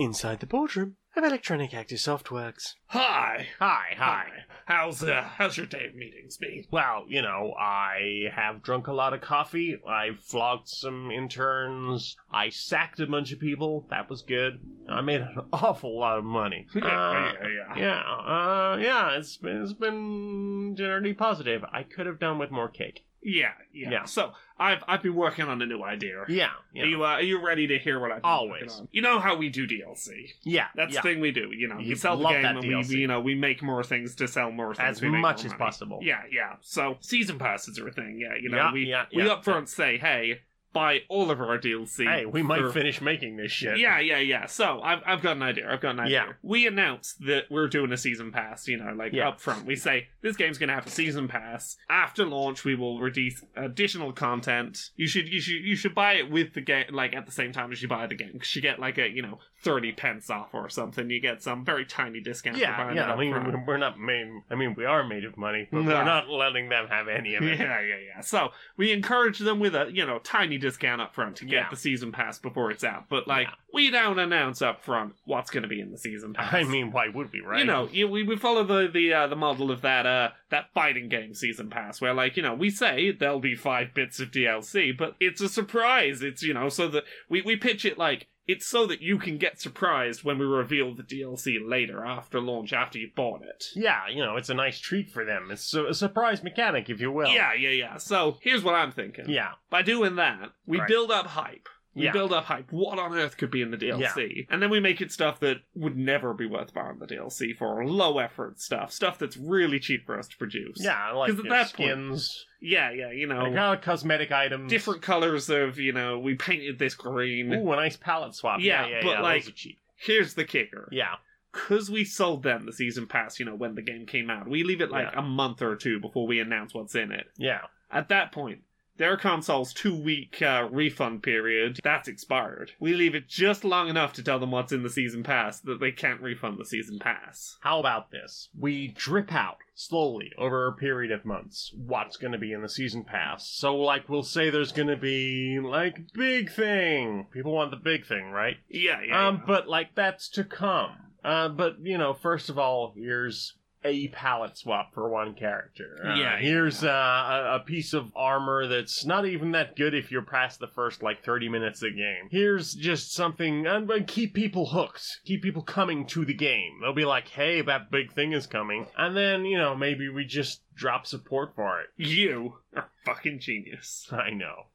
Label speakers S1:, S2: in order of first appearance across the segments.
S1: Inside the boardroom of Electronic Active Softworks.
S2: Hi.
S3: Hi, hi.
S2: How's uh, how's your day of meetings been?
S3: Well, you know, I have drunk a lot of coffee. I flogged some interns. I sacked a bunch of people. That was good. I made an awful lot of money. Uh,
S2: yeah.
S3: yeah, uh, yeah. It's been it's been generally positive. I could have done with more cake.
S2: yeah, yeah,
S3: Yeah.
S2: So I've I've been working on a new idea.
S3: Yeah,
S2: Are
S3: yeah,
S2: you uh, are you ready to hear what I've been working
S3: Always.
S2: on? You know how we do DLC.
S3: yeah.
S2: That's
S3: yeah.
S2: the thing we do. You know,
S3: You
S2: we sell the
S3: love
S2: game
S3: that
S2: and
S3: DLC.
S2: we you know we make more things to sell more things
S3: as
S2: we make
S3: much
S2: more
S3: as
S2: money.
S3: possible.
S2: Yeah, yeah. So season passes are a thing. Yeah, you know
S3: Yeah,
S2: we
S3: yeah,
S2: we
S3: yeah,
S2: up front say hey buy all of our DLC.
S3: Hey, we might
S2: for-
S3: finish making this shit.
S2: Yeah, yeah, yeah. So I've I've got an idea. I've got an idea.
S3: Yeah.
S2: We announced that we're doing a season pass. You know, like
S3: Yeah.
S2: up front, we say this game's gonna have a season pass. After launch, we will release additional content. You should you should you should buy it with the game, like at the same time as you buy the game, because you get like a you know thirty pence off or something. You get some very tiny discount. for
S3: Yeah,
S2: buying
S3: yeah.
S2: It
S3: I
S2: up
S3: mean,
S2: front.
S3: we- we're not made. I mean, we are made of money, but
S2: No.
S3: we're not letting them have any of it.
S2: Yeah, yeah, yeah. So we encourage them with a you know tiny discount up front to get
S3: Yeah.
S2: the season pass before it's out. But like
S3: Yeah.
S2: we don't announce up front what's going to be in the season pass.
S3: I mean, why would we, right?
S2: you know, you, we, we follow the the uh, the model of that uh that fighting game season pass, where like you know we say there'll be five bits of DLC, but it's a surprise. It's you know so that we we pitch it like it's so that you can get surprised when we reveal the DLC later after launch after you bought it.
S3: Yeah, you know, it's a nice treat for them. It's a, a surprise mechanic, if you will.
S2: yeah, yeah, yeah. So here's what I'm thinking.
S3: Yeah.
S2: By doing that, we
S3: Right.
S2: build up hype. We
S3: Yeah.
S2: build up hype. What on earth could be in the DLC? And then we make it stuff that would never be worth buying the DLC for. Low effort stuff. Stuff that's really cheap for us to produce.
S3: Yeah, like
S2: 'Cause at
S3: you know,
S2: that point-
S3: skins,
S2: Yeah, yeah, you know.
S3: like, uh, cosmetic items,
S2: different colors of, you know, we painted this green.
S3: Ooh, a nice palette swap.
S2: Yeah,
S3: Yeah, yeah,
S2: but,
S3: yeah,
S2: like-
S3: those are cheap.
S2: Here's the kicker.
S3: Yeah,
S2: Because we sold them the season pass, you know, when the game came out, we leave it like
S3: Yeah.
S2: a month or two before we announce what's in it.
S3: yeah,
S2: At that point, their console's two week uh, refund period, that's expired. We leave it just long enough to tell them what's in the season pass that they can't refund the season pass.
S3: How about this? We drip out slowly over a period of months what's going to be in the season pass. So, like, we'll say there's going to be, like, big thing. People want the big thing, right?
S2: Yeah, yeah.
S3: um, but, like, that's to come. Uh, but, you know, first of all, here's a palette swap for one character. Uh,
S2: Yeah,
S3: Here's uh, a, a piece of armor that's not even that good if you're past the first, like, 30 minutes of the game. Here's just something, and uh, keep people hooked. Keep people coming to the game. They'll be like, hey, that big thing is coming. And then, you know, maybe we just drop support for it.
S2: you are fucking genius.
S3: I know.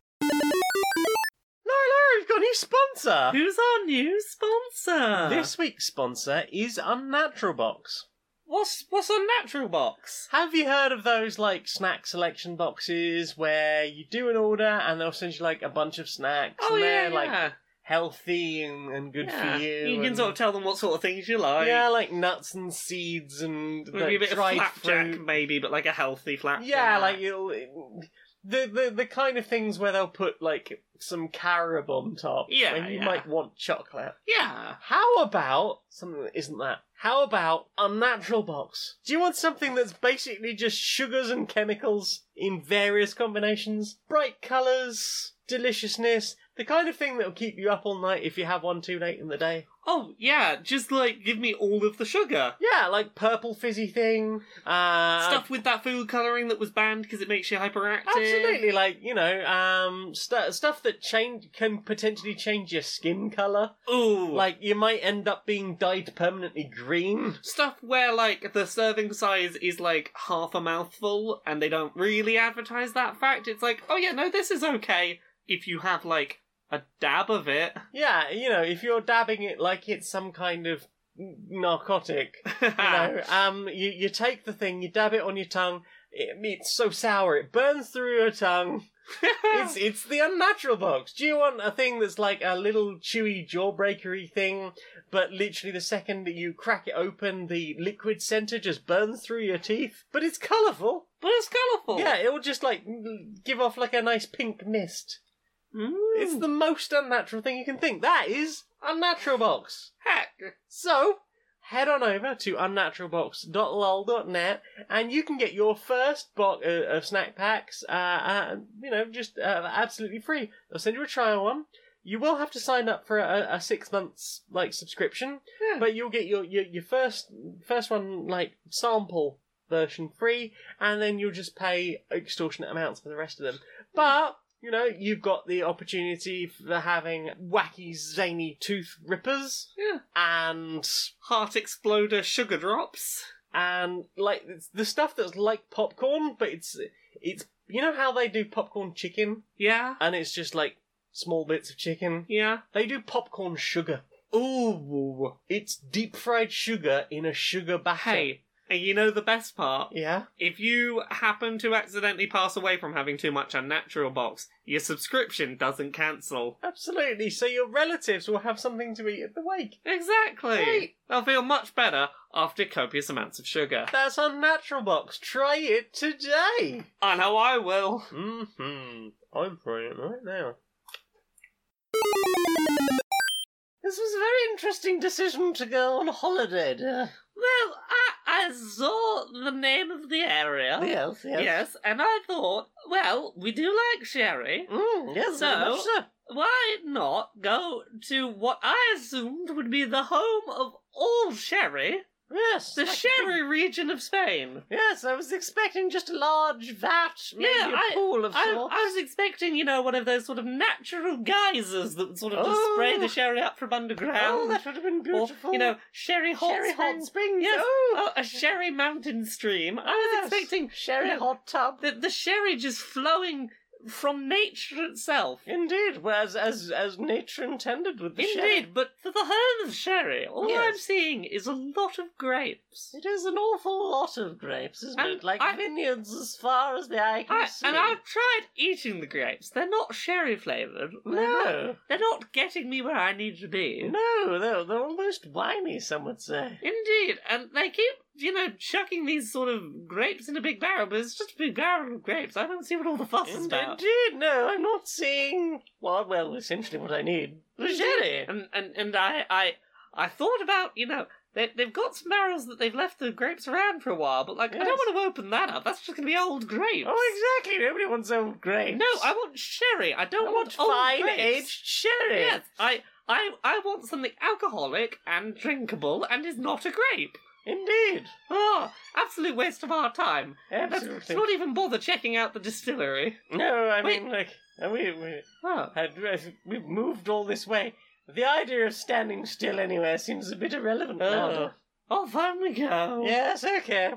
S3: Lala, we've got a new sponsor!
S2: Who's our new sponsor?
S1: this week's sponsor is Unnatural Box.
S2: what's what's on Natural Box?
S1: Have you heard of those like snack selection boxes where you do an order and they'll send you like a bunch of snacks
S2: Oh
S1: and
S2: yeah,
S1: they're like
S2: yeah.
S1: healthy and, and good
S2: Yeah.
S1: for you?
S2: You can
S1: and-
S2: sort of tell them what sort of things you like.
S1: yeah, like nuts and seeds and
S2: Maybe
S1: like,
S2: a bit of
S1: dried
S2: flapjack,
S1: fruit.
S2: maybe, but like a healthy flapjack.
S1: Yeah, like you'll the, the the kind of things where they'll put like some carob on top.
S2: Yeah,
S1: when you
S2: yeah.
S1: might want chocolate.
S2: yeah.
S1: How about something that isn't that? How about unnatural box? Do you want something that's basically just sugars and chemicals in various combinations, bright colours, deliciousness, the kind of thing that'll keep you up all night if you have one too late in the day?
S2: Oh yeah, just like give me all of the sugar.
S1: Yeah, like purple fizzy thing. Uh,
S2: stuff with that food coloring that was banned because it makes you hyperactive.
S1: Absolutely, like you know, um, st- stuff that change can potentially change your skin color.
S2: Ooh, like
S1: Like you might end up being dyed permanently green.
S2: stuff where like the serving size is like half a mouthful, and they don't really advertise that fact. It's like, oh yeah, no, this is okay if you have like a dab of it.
S1: Yeah, you know, if you're dabbing it like it's some kind of narcotic, you know, um, you you take the thing, you dab it on your tongue. It, it's so sour, it burns through your tongue. It's it's the unnatural box. Do you want a thing that's like a little chewy jawbreakery thing, but literally the second that you crack it open, the liquid center just burns through your teeth? But it's colourful.
S2: but it's colourful.
S1: Yeah, it'll just like give off like a nice pink mist.
S2: Mm.
S1: It's the most unnatural thing you can think. That is unnatural box.
S2: heck.
S1: So, head on over to unnaturalbox.lol.net and you can get your first box uh, of snack packs, uh, uh, you know, just uh, absolutely free. They'll send you a trial one. you will have to sign up for a, a six months like subscription,
S3: Yeah.
S1: but you'll get your, your your first first one like sample version free, and then you'll just pay extortionate amounts for the rest of them. But you know you've got the opportunity for having wacky zany tooth rippers
S3: Yeah.
S1: and
S2: Heart exploder sugar drops.
S1: and like it's the stuff that's like popcorn, but it's it's you know how they do popcorn chicken,
S3: Yeah.
S1: and it's just like small bits of chicken.
S3: Yeah.
S1: They do popcorn sugar.
S2: Ooh.
S1: It's deep fried sugar in a sugar batter.
S3: Hey.
S2: And you know the best part?
S1: Yeah.
S2: If you happen to accidentally pass away from having too much unnatural box, your subscription doesn't cancel.
S1: Absolutely. So your relatives will have something to eat at the wake.
S2: Exactly.
S1: Right.
S2: They'll feel much better after copious amounts of sugar.
S1: That's unnatural box. Try it today.
S2: I know I will.
S1: Mm-hmm. I'm trying it right now. This was a very interesting decision to go on holiday. dear.
S2: Well, I, I saw the name of the area.
S1: Yes, yes.
S2: Oh, Yes, and I thought, well, we do like sherry.
S1: Mm, yes,
S2: So-
S1: very much so.
S2: Why not go to what I assumed would be the home of all sherry,
S1: Yes.
S2: the
S1: I-
S2: sherry region of Spain?
S1: Yes, I was expecting just a large vat, maybe
S2: Yeah,
S1: a
S2: I-
S1: pool of
S2: I,
S1: sorts.
S2: I was expecting, you know, one of those sort of natural geysers that would sort of just
S1: Oh.
S2: spray the sherry up from underground.
S1: Oh, that would have been beautiful.
S2: Or, you know, sherry hot
S1: sherry
S2: springs.
S1: hot springs.
S2: Yes.
S1: Oh,
S2: Oh, a sherry mountain stream. I was
S1: yes.
S2: expecting
S1: sherry
S2: yeah.
S1: hot tub.
S2: the, the sherry just flowing from nature itself.
S1: Indeed, whereas as as nature intended with the
S2: Indeed,
S1: sherry.
S2: but for the home of sherry, all
S1: Yes.
S2: I'm seeing is a lot of grapes.
S1: It is an awful lot of grapes, isn't
S2: And
S1: it? Like
S2: I-
S1: vineyards as far as the eye can
S2: I,
S1: see.
S2: and I've tried eating the grapes. They're not sherry flavoured.
S1: no,
S2: They're not getting me where I need to be.
S1: no, they're, they're almost whiny, some would say.
S2: Indeed, and they keep, you know, chucking these sort of grapes in a big barrel, but it's just a big barrel of grapes. I don't see what all the fuss is about.
S1: Indeed, no, I'm not seeing. Well, well, essentially what I need. The sherry.
S2: And and and I I I thought about you know they they've got some barrels that they've left the grapes around for a while, but like I
S1: Yes.
S2: don't want to open that up. That's just gonna be old grapes.
S1: Oh, exactly. Nobody wants old grapes.
S2: No, I want sherry. I don't
S1: I
S2: want,
S1: want
S2: old
S1: fine
S2: grapes.
S1: aged sherry.
S2: Yes, I. I, I want something alcoholic and drinkable and is not a grape.
S1: Indeed.
S2: Oh, absolute waste of our time. Let's, let's
S1: Absolutely.
S2: not even bother checking out the distillery.
S1: No, I
S2: Wait.
S1: mean, like, uh, we, we
S2: Oh,
S1: had, uh, we've moved all this way. The idea of standing still anywhere seems a bit irrelevant now.
S2: Oh. off home we go.
S1: Yes, okay.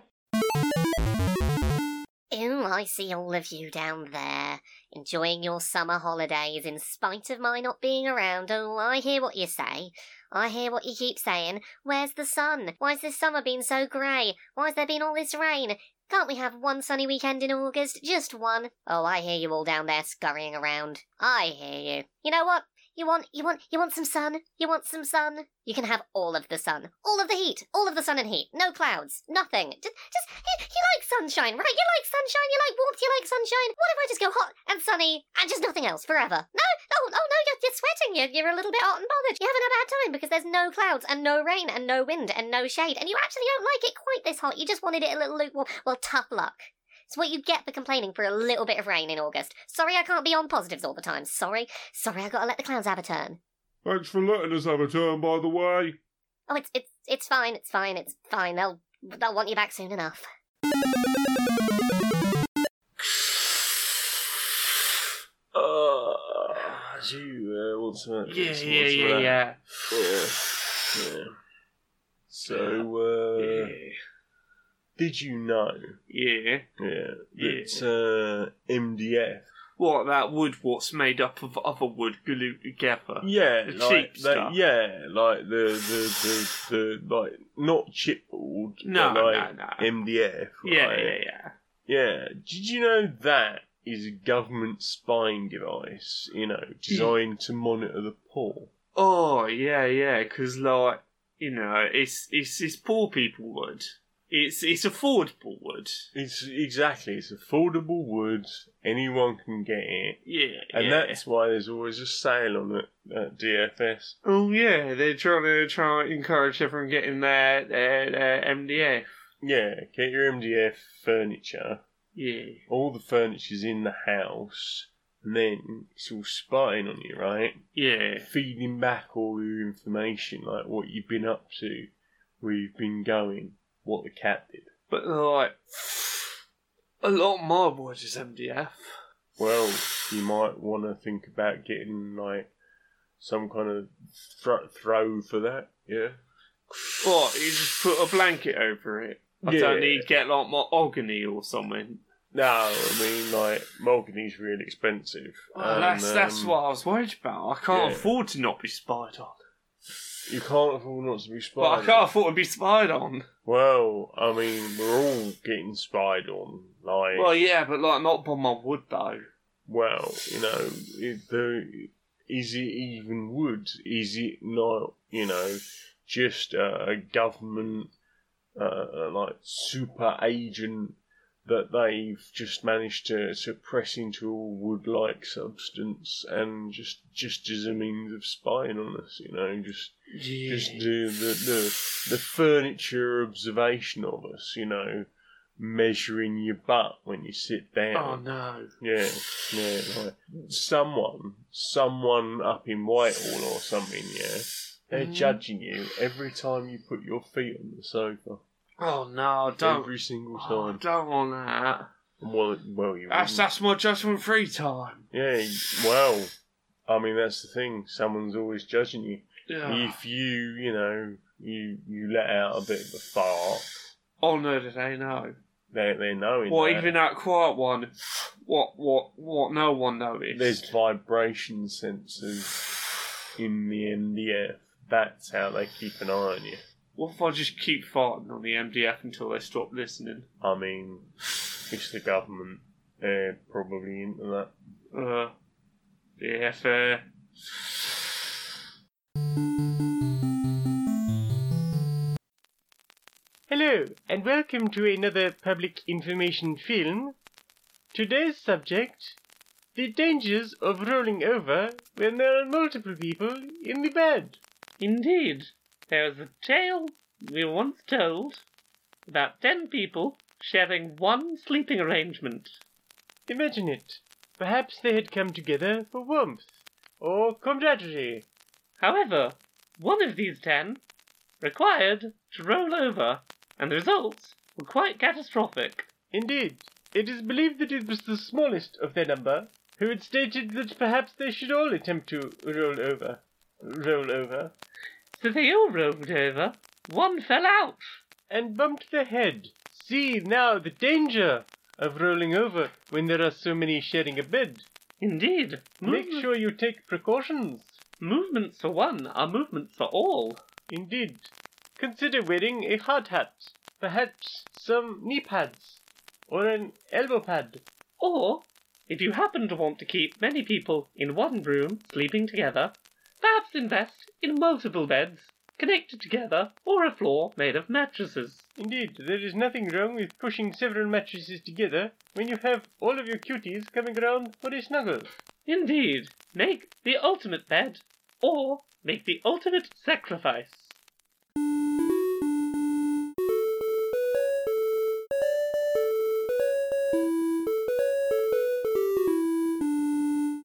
S4: Ew, I see all of you down there, enjoying your summer holidays in spite of my not being around. Oh, I hear what you say. I hear what you keep saying. Where's the sun? Why's this summer been so grey? Why's there been all this rain? Can't we have one sunny weekend in August? Just one. Oh, I hear you all down there scurrying around. I hear you. You know what? You want, you want, you want some sun? You want some sun? You can have all of the sun, all of the heat, all of the sun and heat. No clouds, nothing. Just, just you, you like sunshine, right? You like sunshine. You like warmth. You like sunshine. What if I just go hot and sunny and just nothing else forever? No, no, oh no, you're, you're sweating. You're, you're a little bit hot and bothered. You're having a bad time because there's no clouds and no rain and no wind and no shade, and you actually don't like it quite this hot. You just wanted it a little lukewarm. Well, tough luck. It's what you get for complaining for a little bit of rain in August. Sorry, I can't be on positives all the time. Sorry, sorry, I gotta let the clowns have a turn.
S3: Thanks for letting us have a turn, by the way.
S4: Oh, it's it's it's fine. It's fine. It's fine. They'll they'll want you back soon enough.
S1: Oh, gee, uh, what's that?
S3: Yeah, yeah, yeah, yeah.
S1: yeah. So, uh,
S3: Yeah.
S1: did you know?
S3: Yeah.
S1: Yeah, uh,
S3: that,
S1: MDF
S3: What, that wood what's made up of other wood glued together?
S1: Yeah,
S3: The
S1: like
S3: cheap
S1: that-
S3: stuff.
S1: Yeah, like the the the, the like not chipboard.
S3: No,
S1: but
S3: no,
S1: like
S3: no.
S1: MDF.
S3: Yeah,
S1: right?
S3: yeah, yeah.
S1: Yeah. Did you know that is a government spying device? You know, designed to monitor the poor.
S3: Oh, yeah, yeah, because, like, you know, it's, it's, it's poor people wood. It's, it's affordable wood.
S1: It's exactly. It's affordable wood. Anyone can get it,
S3: Yeah,
S1: and
S3: yeah.
S1: that's why there's always a sale on it at DFS.
S3: Oh yeah, they're trying to try to encourage everyone getting their their, their MDF.
S1: Yeah, get your MDF furniture.
S3: Yeah.
S1: all the furniture's in the house, and then it's all spying on you, right?
S3: Yeah.
S1: Feeding back all your information, like what you've been up to, where you've been going, what the cat did.
S3: But they're like, a lot more watches MDF.
S1: Well, you might want to think about getting like some kind of thro- throw for that. Yeah.
S3: What? You just put a blanket over it. I don't
S1: Yeah.
S3: need to get like more agony or something.
S1: No, I mean like mahogany's really expensive.
S3: Well, Oh, that's
S1: and,
S3: that's
S1: um,
S3: what I was worried about. I can't
S1: yeah.
S3: afford to not be spied on.
S1: you can't afford not to be spied.
S3: But I
S1: on.
S3: can't afford to be spied on.
S1: Well, I mean we're all getting spied on. Like,
S3: Well, yeah, but like not by my wood though.
S1: well, you know, it, the, is it even wood? Is it not? You know, just uh, a government uh, like super agent that they've just managed to, to press into all wood-like substance and just just as a means of spying on us, you know, just just the the, the, the furniture observation of us, you know, measuring your butt when you sit
S3: Oh
S1: down.
S3: no.
S1: Yeah, yeah. Like someone, someone up in Whitehall or something. Yeah, they're
S3: Mm.
S1: judging you every time you put your feet on the sofa.
S3: Oh no. Don't.
S1: Every single
S3: Oh,
S1: time.
S3: don't want that.
S1: Well, well, you.
S3: That's
S1: wouldn't.
S3: that's my judgment free time.
S1: Yeah. Well, I mean that's the thing. Someone's always judging you.
S3: Yeah.
S1: If you, you know, you you let out a bit of a fart,
S3: Oh no, did I know?
S1: they they knowing.
S3: Or
S1: that.
S3: even that quiet one. What what what? No one noticed.
S1: There's vibration sensors in the MDF. That's how they keep an eye on you.
S3: What if I just keep farting on the MDF until they stop listening?
S1: I mean, it's the government. They're probably into that.
S3: Uh, yeah, fair.
S2: Hello, and welcome to another public information film. Today's subject the dangers of rolling over when there are multiple people in the bed. Indeed, there is a tale we were once told about ten people sharing one sleeping arrangement. Imagine it. Perhaps they had come together for warmth Oh, or camaraderie. However, one of these ten required to roll over, and the results were quite catastrophic.
S1: Indeed, it is believed that it was the smallest of their number who had stated that perhaps they should all attempt to roll over. Roll over.
S2: So they all rolled over. One fell out.
S1: And bumped their head. See now the danger of rolling over when there are so many sharing a bed.
S2: Indeed.
S1: Make
S2: Move-
S1: sure you take precautions.
S2: Movements for one are movements for all.
S1: Indeed. Consider wearing a hard hat, perhaps some knee pads, or an elbow pad.
S2: Or, if you happen to want to keep many people in one room sleeping together, perhaps invest in multiple beds connected together or a floor made of mattresses.
S1: Indeed, there is nothing wrong with pushing several mattresses together when you have all of your cuties coming round for a snuggle.
S2: Indeed, make the ultimate bed or make the ultimate sacrifice.